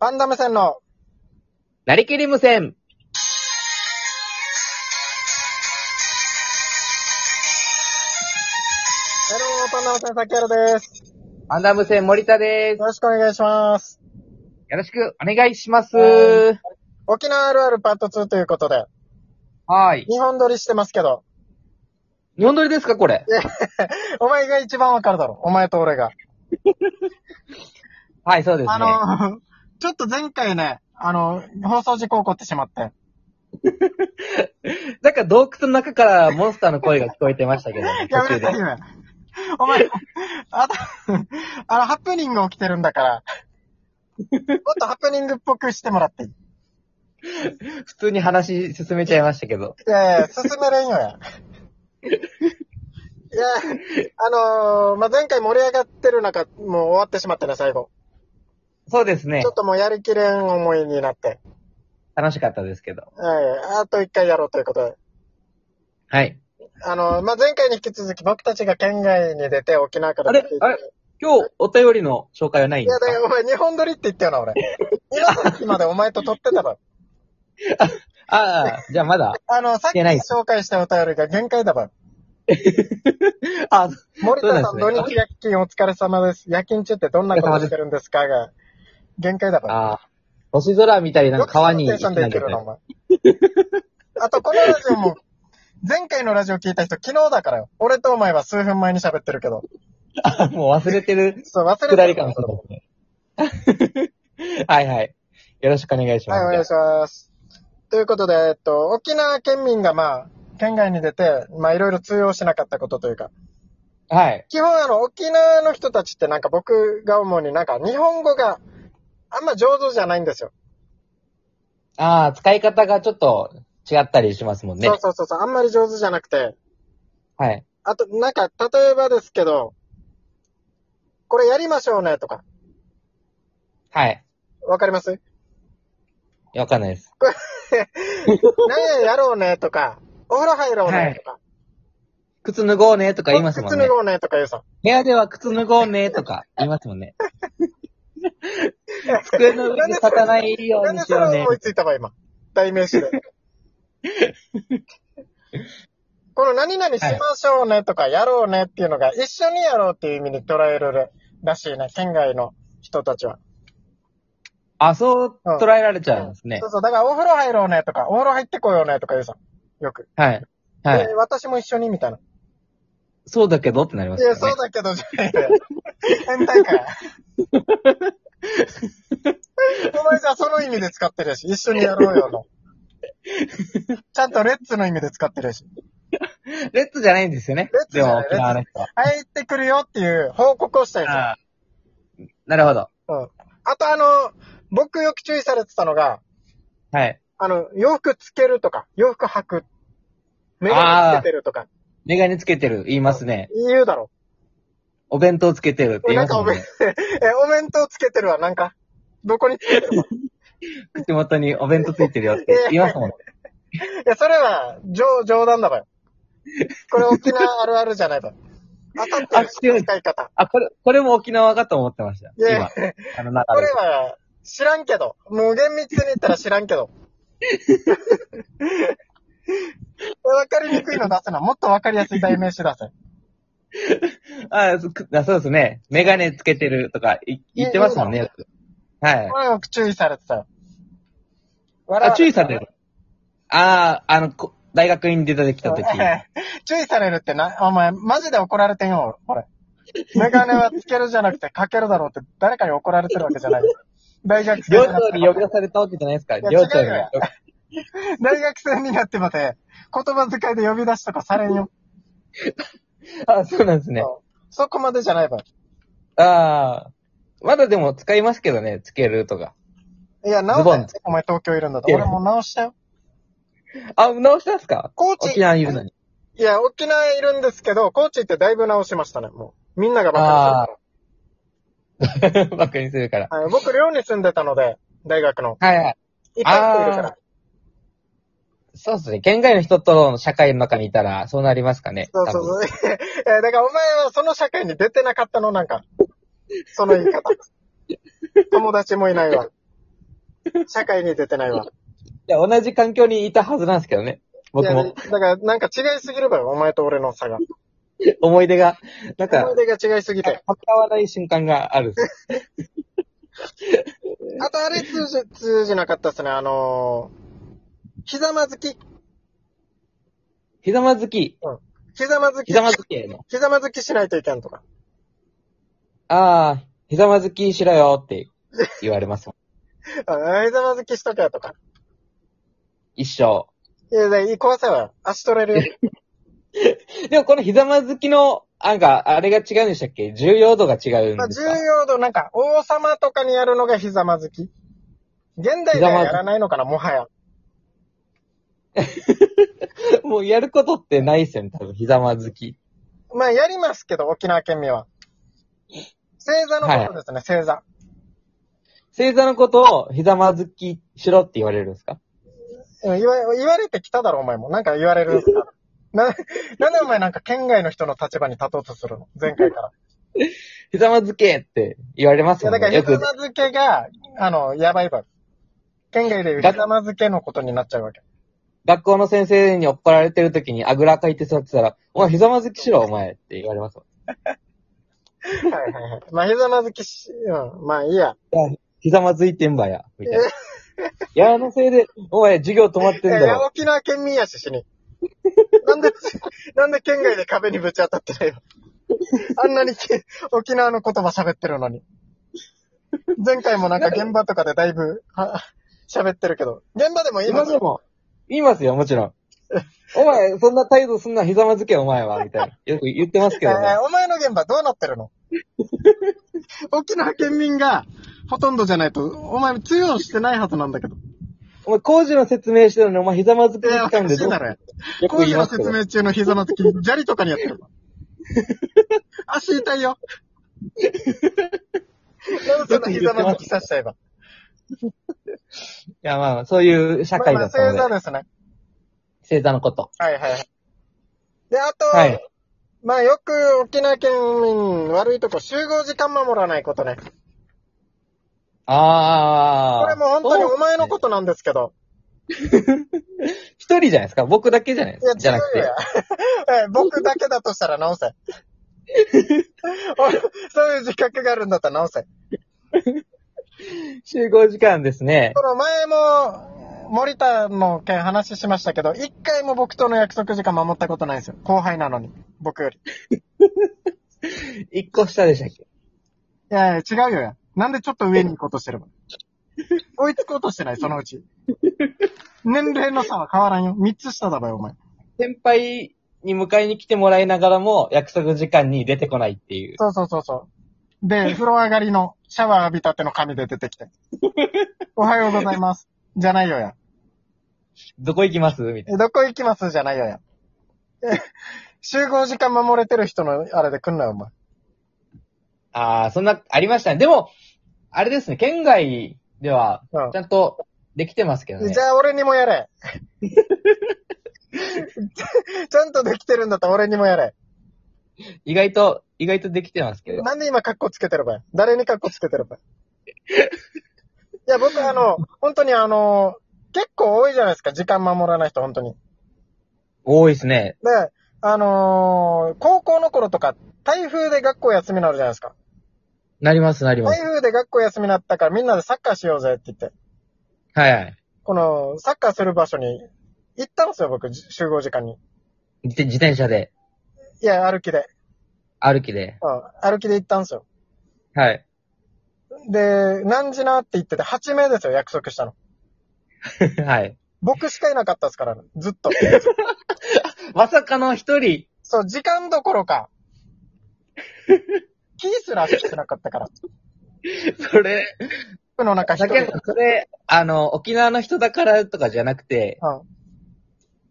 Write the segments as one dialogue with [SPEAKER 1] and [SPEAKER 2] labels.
[SPEAKER 1] パンダム線の、
[SPEAKER 2] なりきり無線。
[SPEAKER 1] ヘロー、パンダム線さきやろです。
[SPEAKER 2] パンダ無線森田です。
[SPEAKER 1] よろしくお願いします。
[SPEAKER 2] よろしくお願いします。
[SPEAKER 1] は沖縄あるあるパート2ということで、
[SPEAKER 2] はい。
[SPEAKER 1] 日本撮りしてますけど、
[SPEAKER 2] 日本撮りですかこれ。
[SPEAKER 1] お前が一番わかるだろ。お前と俺が。
[SPEAKER 2] はい、そうですね。
[SPEAKER 1] あの、ちょっと前回ね、あの、放送事故起こってしまって。
[SPEAKER 2] なんか洞窟の中からモンスターの声が聞こえてましたけど、
[SPEAKER 1] や
[SPEAKER 2] 途
[SPEAKER 1] めて、
[SPEAKER 2] 中で。
[SPEAKER 1] 姫。お前、あと、あの、ハプニング起きてるんだから、もっとハプニングっぽくしてもらっていい
[SPEAKER 2] 普通に話進めちゃいましたけど。
[SPEAKER 1] いやいや、進めれんよや。いや、あのーまあ、前回盛り上がってる中、もう終わってしまったね、最後。
[SPEAKER 2] そうですね
[SPEAKER 1] ちょ。っともうやりきれん思いになって。
[SPEAKER 2] 楽しかったですけど。
[SPEAKER 1] はい、あと一回やろうということで。
[SPEAKER 2] はい。
[SPEAKER 1] あのーまあ、前回に引き続き僕たちが県外に出て沖縄から
[SPEAKER 2] あ
[SPEAKER 1] 出
[SPEAKER 2] れ
[SPEAKER 1] ていて
[SPEAKER 2] あれ今日お便りの紹介はないん
[SPEAKER 1] い
[SPEAKER 2] で
[SPEAKER 1] や
[SPEAKER 2] す
[SPEAKER 1] だよ、お前日本撮りって言ったよな、俺。今までお前と撮ってたの。
[SPEAKER 2] かああ、じゃあ まだ。
[SPEAKER 1] あの、さっき
[SPEAKER 2] いやない
[SPEAKER 1] 紹介したお便りが限界だば。
[SPEAKER 2] あ、
[SPEAKER 1] 森田さん、
[SPEAKER 2] そ
[SPEAKER 1] 土
[SPEAKER 2] うなんですね
[SPEAKER 1] 日夜勤お疲れ様です。夜勤中ってどんなことしてるんですかが、限界だば。
[SPEAKER 2] ああ星空みたいな川に
[SPEAKER 1] よくそのテンションでいけるな、お前。あと、このラジオも、前回のラジオ聞いた人、昨日だからよ。俺とお前は数分前に喋ってるけど。
[SPEAKER 2] あ もう忘れてる
[SPEAKER 1] そう、忘れて
[SPEAKER 2] くだりかもしれない。 はいはい。よろしくお願いします。
[SPEAKER 1] はい、お願いします。ということで、えっと、沖縄県民がまあ、県外に出て、まあ、いろいろ通用しなかったことというか、
[SPEAKER 2] はい。
[SPEAKER 1] 基本あの、沖縄の人たちってなんか僕が思うになんか日本語があんま上手じゃないんですよ。
[SPEAKER 2] ああ、使い方がちょっと違ったりしますもんね
[SPEAKER 1] そう。そうそうそう、あんまり上手じゃなくて、
[SPEAKER 2] はい。
[SPEAKER 1] あと、なんか、例えばですけど、これやりましょうねとか、
[SPEAKER 2] はい。
[SPEAKER 1] わかります
[SPEAKER 2] わかんないです。
[SPEAKER 1] 何ややろうねとか、お風呂入ろうねとか、
[SPEAKER 2] 靴脱ごうねとか言いますもん
[SPEAKER 1] 靴
[SPEAKER 2] ね
[SPEAKER 1] 脱。ごうねとか言うさ。
[SPEAKER 2] 部屋では靴脱ごうねとか言います もんね。机の上に立たないよう
[SPEAKER 1] なん
[SPEAKER 2] に
[SPEAKER 1] で
[SPEAKER 2] し
[SPEAKER 1] そ
[SPEAKER 2] よう
[SPEAKER 1] れ
[SPEAKER 2] ね
[SPEAKER 1] 思。いついたわ、今。代名 詞で。この何々しましょうねとか、やろうねっていうのが、一緒にやろうっていう意味に捉えるらしいね、県外の人たちは。
[SPEAKER 2] あ、そう捉えられちゃうんですね
[SPEAKER 1] そ。うそう、だからお風呂入ろうねとか、お風呂入ってこようねとか言うさ。よく。
[SPEAKER 2] はい。は
[SPEAKER 1] で
[SPEAKER 2] い。
[SPEAKER 1] 私も一緒にみたいな。
[SPEAKER 2] そうだけどってなりま
[SPEAKER 1] い
[SPEAKER 2] すよ
[SPEAKER 1] や、
[SPEAKER 2] ね
[SPEAKER 1] そ。うだけど、じゃないよ。変態かよ。お前じゃあその意味で使ってるし、一緒にやろうよの。ちゃんとレッツの意味で使ってるし。
[SPEAKER 2] レッツじゃないんですよね
[SPEAKER 1] レッ。ツじ
[SPEAKER 2] で
[SPEAKER 1] ゃ
[SPEAKER 2] も
[SPEAKER 1] ない
[SPEAKER 2] 沖縄の人は。
[SPEAKER 1] 入ってくるよっていう報告をしたいんですよ。
[SPEAKER 2] ああなるほど。
[SPEAKER 1] うん。あとあの、僕よく注意されてたのが、
[SPEAKER 2] はい。
[SPEAKER 1] あの、洋服つけるとか、洋服履く。メガネつけてるとか、
[SPEAKER 2] メガネつけてる言いますね。
[SPEAKER 1] 言うだろ。
[SPEAKER 2] お弁当つけてるって言い
[SPEAKER 1] なん
[SPEAKER 2] ます
[SPEAKER 1] か
[SPEAKER 2] も
[SPEAKER 1] お
[SPEAKER 2] ん
[SPEAKER 1] 弁
[SPEAKER 2] ね。、
[SPEAKER 1] え、お弁当つけてるわ、なんか。どこにつけてるの
[SPEAKER 2] 口元にお弁当ついてる よって言いますもんね。
[SPEAKER 1] いや、それは、冗、冗談だわよ。これ沖縄あるあるじゃないわ。当たってる使い方。
[SPEAKER 2] あ、これ、これも沖縄かと思ってました。
[SPEAKER 1] いや
[SPEAKER 2] 今。あの中
[SPEAKER 1] こ
[SPEAKER 2] で
[SPEAKER 1] れ。は、知らんけど。もう厳密に言ったら知らんけど。わかりにくいの出すな。もっとわかりやすい代名詞出せ。
[SPEAKER 2] あそくあそうですね。メガネつけてるとかい言ってますもん
[SPEAKER 1] い
[SPEAKER 2] ね。はい。
[SPEAKER 1] これよく注意されてたよ。
[SPEAKER 2] あ、注意される。ああ、あの、こ大学院出てきた時。
[SPEAKER 1] 注意されるってな、お前、マジで怒られてんよ、俺。メガネはつけるじゃなくてかけるだろうって誰かに怒られてるわけじゃない。大学生
[SPEAKER 2] 寮
[SPEAKER 1] になって
[SPEAKER 2] 長に呼び出されたわけじゃないですか。
[SPEAKER 1] や
[SPEAKER 2] 寮長に
[SPEAKER 1] 違うよ。大学生になってまで、言葉遣いで呼び出しとかされんよ。
[SPEAKER 2] あそうなんですね。
[SPEAKER 1] そこまでじゃないわ。
[SPEAKER 2] ああ。まだでも使いますけどね、つけるとか。
[SPEAKER 1] いや、直
[SPEAKER 2] ズボン
[SPEAKER 1] せ。お前東京いるんだと。
[SPEAKER 2] いや
[SPEAKER 1] 俺もう直したよ。
[SPEAKER 2] あ、直したんすか
[SPEAKER 1] 高知
[SPEAKER 2] 沖縄にいるのに。
[SPEAKER 1] いや、沖縄いるんですけど、高知ってだいぶ直しましたね、もう。みんながバカにする
[SPEAKER 2] バカにするから。
[SPEAKER 1] から。はい僕、寮に住んでたので、大学の。
[SPEAKER 2] はいはい。
[SPEAKER 1] いっぱい人いるから
[SPEAKER 2] あ。そうですね。県外の人との社会の中にいたら、そうなりますかね。
[SPEAKER 1] そうそうそう。 え、だからお前はその社会に 出てなかったの、なんか。その言い方。友達もいないわ。社会に出てないわ。
[SPEAKER 2] いや、同じ環境にいたはずなんですけどね。僕
[SPEAKER 1] いや
[SPEAKER 2] も。
[SPEAKER 1] だから、なんか違いすぎるわよ、お前と俺の差が。
[SPEAKER 2] 思い 出が、なん
[SPEAKER 1] 思
[SPEAKER 2] か
[SPEAKER 1] い、出が違いすぎて。
[SPEAKER 2] 関わらない瞬間があるんです。
[SPEAKER 1] あとあれ通じ、通じなかったっすね、あのー、ひざまずき、
[SPEAKER 2] ひざまずき、
[SPEAKER 1] ひざまずき、
[SPEAKER 2] ひざまずきへの。
[SPEAKER 1] ひざまずきしないといけんとか。
[SPEAKER 2] ああ、ひざまずきしろよって言われますもん。
[SPEAKER 1] あひざまずきしとけよとか。
[SPEAKER 2] 一生。
[SPEAKER 1] いや、だいい壊せは足取れ るよ。
[SPEAKER 2] でもこのひざまずきの、なんか、あれが違うんでしたっけ重要度が違うん
[SPEAKER 1] まあ、
[SPEAKER 2] です
[SPEAKER 1] 重
[SPEAKER 2] か
[SPEAKER 1] 要度、なんか、王様とかにやるのがひざまずき。現代ではやらないのかな、もはや。
[SPEAKER 2] もうやることってないっすよね、多分、ひざまずき。
[SPEAKER 1] まあ、やりますけど、沖縄県民は。星座のことですね、星座。
[SPEAKER 2] 星座のことをひざまずきしろって言われるんですか
[SPEAKER 1] うん言わ言われてきただろ、お前も。なんか言われるんすかな、なんでお前なんか県外の人の立場に立とうとするの前回から。
[SPEAKER 2] ひざまずけって言われま
[SPEAKER 1] い
[SPEAKER 2] す
[SPEAKER 1] や、
[SPEAKER 2] も
[SPEAKER 1] だ
[SPEAKER 2] ん
[SPEAKER 1] から、
[SPEAKER 2] ね。
[SPEAKER 1] ひ
[SPEAKER 2] よ
[SPEAKER 1] ざ
[SPEAKER 2] く、
[SPEAKER 1] まずけが、あの、やばいばい。県外でいうひざまずけのことになっちゃうわけ。
[SPEAKER 2] 学校の先生に怒られてる時にあぐらかいて座ってたら、お前ひざまずきしろ、お前って言われますもん。
[SPEAKER 1] はいはいはい。 まあ、ひざまずきし、うん、まあいいや。
[SPEAKER 2] ひざまずいてんばや、みたいな。やらのせいで、お前授業止まってん
[SPEAKER 1] いや
[SPEAKER 2] だ
[SPEAKER 1] いや、
[SPEAKER 2] ろ。
[SPEAKER 1] 沖縄県民やし、しに。なん で、なんで県外で壁にぶち当たってないのあんなにけ沖縄の言葉喋ってるのに。前回もなんか現場とかでだいぶ、は喋ってるけど。現場でもいいの
[SPEAKER 2] 今でも、言いますよ、もちろん。お前、そんな態度すんな、ひざまずけ、お前は、みたいな。よく言ってますけど
[SPEAKER 1] え
[SPEAKER 2] ね
[SPEAKER 1] ー。お前の現場どうなってるの沖縄県民がほとんどじゃないと、お前通用してないはずなんだけど。
[SPEAKER 2] お前、工事の説明してるのに、お前、ひざまずき
[SPEAKER 1] い
[SPEAKER 2] に
[SPEAKER 1] や、
[SPEAKER 2] 来
[SPEAKER 1] おか
[SPEAKER 2] た
[SPEAKER 1] し
[SPEAKER 2] んで、
[SPEAKER 1] い
[SPEAKER 2] どう
[SPEAKER 1] だ
[SPEAKER 2] よ
[SPEAKER 1] ろ。
[SPEAKER 2] く
[SPEAKER 1] 工
[SPEAKER 2] 言い
[SPEAKER 1] 事
[SPEAKER 2] ま
[SPEAKER 1] の
[SPEAKER 2] すけ
[SPEAKER 1] 説
[SPEAKER 2] ど。
[SPEAKER 1] 明中の膝の時、砂利とかにやって るの。足痛いよ。なんでそんな膝の時刺しちゃえば。
[SPEAKER 2] いや、まあ、そういう社会
[SPEAKER 1] まあまあ
[SPEAKER 2] だったので、
[SPEAKER 1] そういう座ですね。
[SPEAKER 2] 星座のこと。
[SPEAKER 1] はいはいはい。で、あと、
[SPEAKER 2] はい
[SPEAKER 1] まあよく沖縄県民悪いとこ集合時間守らないことね。
[SPEAKER 2] ああ。
[SPEAKER 1] これもう本当にお前の
[SPEAKER 2] と。
[SPEAKER 1] ことなんですけど。
[SPEAKER 2] 一人じゃないですか僕だけじゃないで
[SPEAKER 1] いや
[SPEAKER 2] す、かじゃなく
[SPEAKER 1] 違う
[SPEAKER 2] て
[SPEAKER 1] よ。。 え僕だけだとしたら直 せ。おいそういう自覚があるんだったら直せ。
[SPEAKER 2] 集合時間ですね。
[SPEAKER 1] この前も、森田の件話しましたけど、一回も僕との約束時間守ったことないんですよ。後輩なのに。僕より。
[SPEAKER 2] 一個下でしたっけ
[SPEAKER 1] いやいや、違うよや。なんでちょっと上に行こうとしてるの追いつこうとしてない、そのうち。年齢の差は変わらんよ。三つ下だばよ、お前。
[SPEAKER 2] 先輩に迎えに来てもらいながらも、約束時間に出てこないっていう。
[SPEAKER 1] そうそうそうそう。で、風呂上がりのシャワー浴びたての髪で出てきて。おはようございます。じゃないよや。
[SPEAKER 2] どこ行きますみたいな。
[SPEAKER 1] えどこ行きますじゃないよや。え集合時間守れてる人のあれで来んなよ、お前。
[SPEAKER 2] ああ、そんな、ありましたね。でも、あれですね、県外では
[SPEAKER 1] うん、
[SPEAKER 2] ちゃんとできてますけどね
[SPEAKER 1] じ。ゃあ俺にもや れ。ちゃんとできてるんだったら俺にもやれ。
[SPEAKER 2] 意外と、意外とできてますけど。
[SPEAKER 1] なんで今格好つけてるばい誰に格好つけてるばいいや、僕あの、本当にあの、結構多いじゃないですか、時間守らない人、本当に。
[SPEAKER 2] 多いですね。
[SPEAKER 1] で、あのー高校の頃とか、台風で学校休みになるじゃないですか。
[SPEAKER 2] なります、なりま
[SPEAKER 1] 台
[SPEAKER 2] す。
[SPEAKER 1] 風で学校休みになったからみんなでサッカーしようぜって言って、
[SPEAKER 2] はいはい。
[SPEAKER 1] この、サッカーする場所に行ったんですよ、僕、じ集合時間に。
[SPEAKER 2] 自自転車で、
[SPEAKER 1] いや、歩きで。
[SPEAKER 2] 歩きで。
[SPEAKER 1] うん、歩きで行ったんですよ。
[SPEAKER 2] はい。
[SPEAKER 1] で、何時なって言ってて、8名ですよ、約束したの。
[SPEAKER 2] はい。
[SPEAKER 1] 僕しかいなかったですから、ね、ずっと。
[SPEAKER 2] まさかの一人、
[SPEAKER 1] そう、時間どころ か。キーすらしてなかったから。
[SPEAKER 2] それ、
[SPEAKER 1] 僕の中一
[SPEAKER 2] だ
[SPEAKER 1] 人。
[SPEAKER 2] けど、それ、あの、沖縄の人だからとかじゃなくて、
[SPEAKER 1] う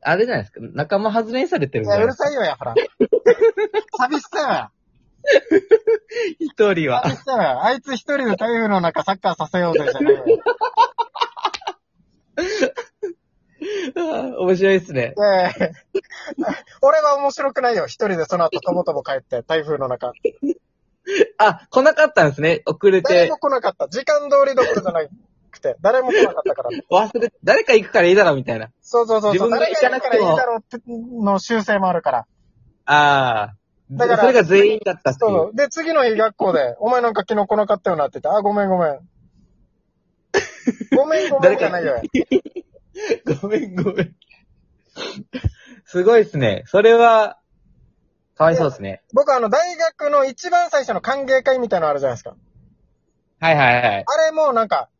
[SPEAKER 2] あれじゃないですか、仲間外れにされて
[SPEAKER 1] ん。
[SPEAKER 2] る
[SPEAKER 1] い
[SPEAKER 2] んじゃ
[SPEAKER 1] や、
[SPEAKER 2] な
[SPEAKER 1] る
[SPEAKER 2] いうですか。
[SPEAKER 1] さいよ、や、ほら。寂しさよ、や。
[SPEAKER 2] 一人は
[SPEAKER 1] 寂。しさよ、や。あいつ一人で台風の中サッカーさせようぜ、じゃないよ。い
[SPEAKER 2] 面白いですね。
[SPEAKER 1] やいやいや俺は面白くないよ、一人でその後とぼとぼ帰って、台風の中。
[SPEAKER 2] あ、来なかったんですね。遅れ
[SPEAKER 1] 誰
[SPEAKER 2] て
[SPEAKER 1] も。来なかった。時間通りどころじゃない。くて、誰も来なかったから。
[SPEAKER 2] 忘れ、誰か行くからいいだろ、みたいな。
[SPEAKER 1] そうそうそうそう。
[SPEAKER 2] 自分が行かなくて
[SPEAKER 1] 誰が
[SPEAKER 2] も
[SPEAKER 1] 行くからいいだろうっての修正もあるから。
[SPEAKER 2] ああ。
[SPEAKER 1] だから
[SPEAKER 2] それが全員だったってい。
[SPEAKER 1] そうう。で、次の日学校で、お前なんか昨日来なかったよなって言って、あ、ごめんごめん。ごめんごめんじゃないよ。
[SPEAKER 2] ごめん、ごめん。すごいっすね。それは、かわいそうですね。
[SPEAKER 1] 僕あの、大学の一番最初の歓迎会みたいなのあるじゃないですか。
[SPEAKER 2] はいはいはい。
[SPEAKER 1] あれもなんか、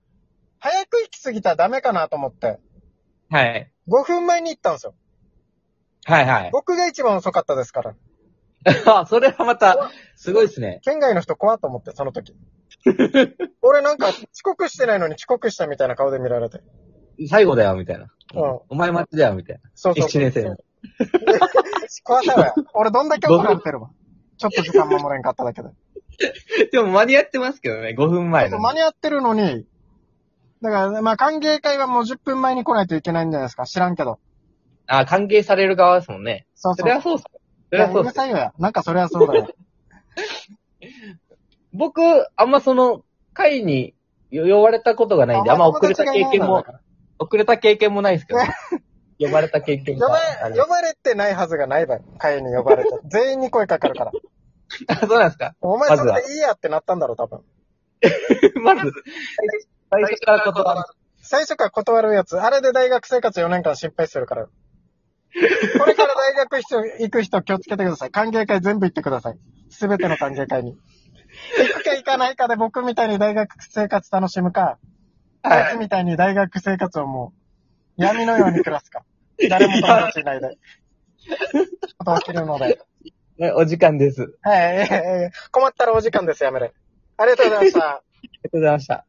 [SPEAKER 1] 早く行き過ぎたらダメかなと思って、
[SPEAKER 2] はい。
[SPEAKER 1] 5分前に行ったんですよ。
[SPEAKER 2] はいはい。
[SPEAKER 1] 僕が一番遅かったですから。
[SPEAKER 2] あ、それはまた、すごいっすね。
[SPEAKER 1] 県外の人怖っと思って、その 時。俺なんか、遅刻してないのに遅刻したみたいな顔で見られて。
[SPEAKER 2] 最後だよ、みたいな。
[SPEAKER 1] うん
[SPEAKER 2] お前待ちだよ、みたいな。
[SPEAKER 1] そうそう。
[SPEAKER 2] 一年生の。
[SPEAKER 1] 怖さよ。俺どんだけ怒られてるわ。ちょっと時間守れんかっただ けで。
[SPEAKER 2] でも間に合ってますけどね、5分前
[SPEAKER 1] そ
[SPEAKER 2] の
[SPEAKER 1] う間に合ってるのに、だから、まあ、歓迎会はもう10分前に来ないといけないんじゃないですか。知らんけど。
[SPEAKER 2] あ、歓迎される側ですもんね。
[SPEAKER 1] そうそ
[SPEAKER 2] そ
[SPEAKER 1] う。
[SPEAKER 2] れ
[SPEAKER 1] い
[SPEAKER 2] はそうっす。それ
[SPEAKER 1] や
[SPEAKER 2] はそううっ
[SPEAKER 1] る
[SPEAKER 2] す。
[SPEAKER 1] さいよや。なんかそれはそうだよ。
[SPEAKER 2] 僕、あんまその、会に呼ばれたことがないんで、あんま遅れた経験も、遅れた経験もないです けど、呼ばれた経験
[SPEAKER 1] 呼
[SPEAKER 2] が
[SPEAKER 1] ば
[SPEAKER 2] あり
[SPEAKER 1] 呼ばれてないはずがないばい。会に呼ばれて。全員に声かかるから。
[SPEAKER 2] ます。そうなんで すか
[SPEAKER 1] お前
[SPEAKER 2] ま
[SPEAKER 1] そ
[SPEAKER 2] ず
[SPEAKER 1] れ
[SPEAKER 2] は
[SPEAKER 1] でいいやってなったんだろう、多分。
[SPEAKER 2] まず、最初から断る。
[SPEAKER 1] 最初から断るやつ。あれで大学生活4年間心配するから。これから大学人行く人気をつけてください。歓迎会全部行ってください。すべての歓迎会に。行くか行かないかで僕みたいに大学生活楽しむか、
[SPEAKER 2] はい
[SPEAKER 1] あいつみたいに大学生活をもう闇のように暮らすか。誰も友達いない で。こと起きるので。
[SPEAKER 2] ねお時間です。
[SPEAKER 1] はい、困ったらお時間です。やめれ。ありがとうございました。
[SPEAKER 2] ありがとうございました。